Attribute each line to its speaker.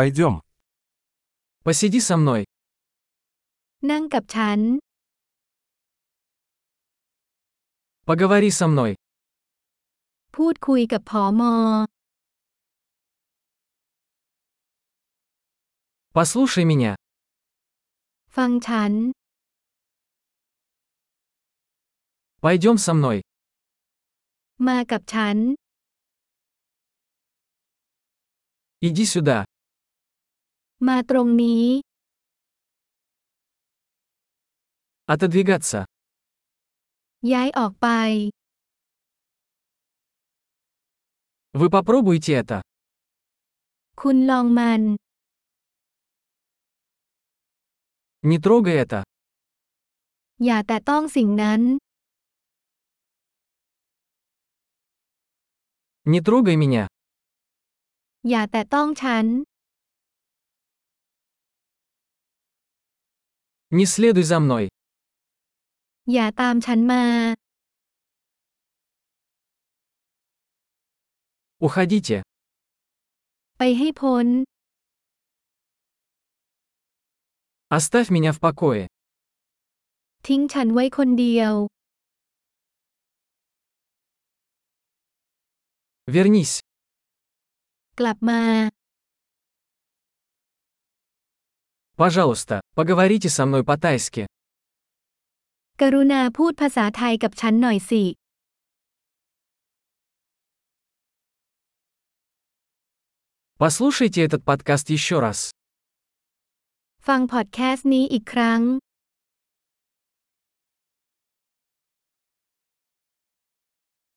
Speaker 1: Пойдем.
Speaker 2: Посиди со мной.
Speaker 3: นั่งกับฉัน
Speaker 2: Поговори со мной.
Speaker 3: พูดคุยกับผอม
Speaker 2: Послушай меня.
Speaker 3: ฟังฉัน
Speaker 2: Пойдем со мной.
Speaker 3: มากับฉัน
Speaker 2: Иди сюда.
Speaker 3: มาตรงนี้
Speaker 2: Отодвигаться.
Speaker 3: ย้ายออกไป
Speaker 2: Вы попробуйте это.
Speaker 3: คุณลองมัน
Speaker 2: Не трогай это.
Speaker 3: อย่าแต่ต้องสิ่งนั้น
Speaker 2: Не трогай меня.
Speaker 3: อย่าแต่ต้องฉัน
Speaker 2: Не следуй за мной.
Speaker 3: อย่าตามฉันมา
Speaker 2: Уходите.
Speaker 3: ไปให้พ้น
Speaker 2: Оставь меня в покое.
Speaker 3: ทิ้งฉันไว้คนเดียว
Speaker 2: Вернись.
Speaker 3: กลับมา
Speaker 2: Пожалуйста, поговорите со мной по-тайски.
Speaker 3: กรุณาพูดภาษาไทยกับฉันหน่อยสิ
Speaker 2: Послушайте этот подкаст еще раз.
Speaker 3: ฟังพอดแคสต์นี้อีกครั้ง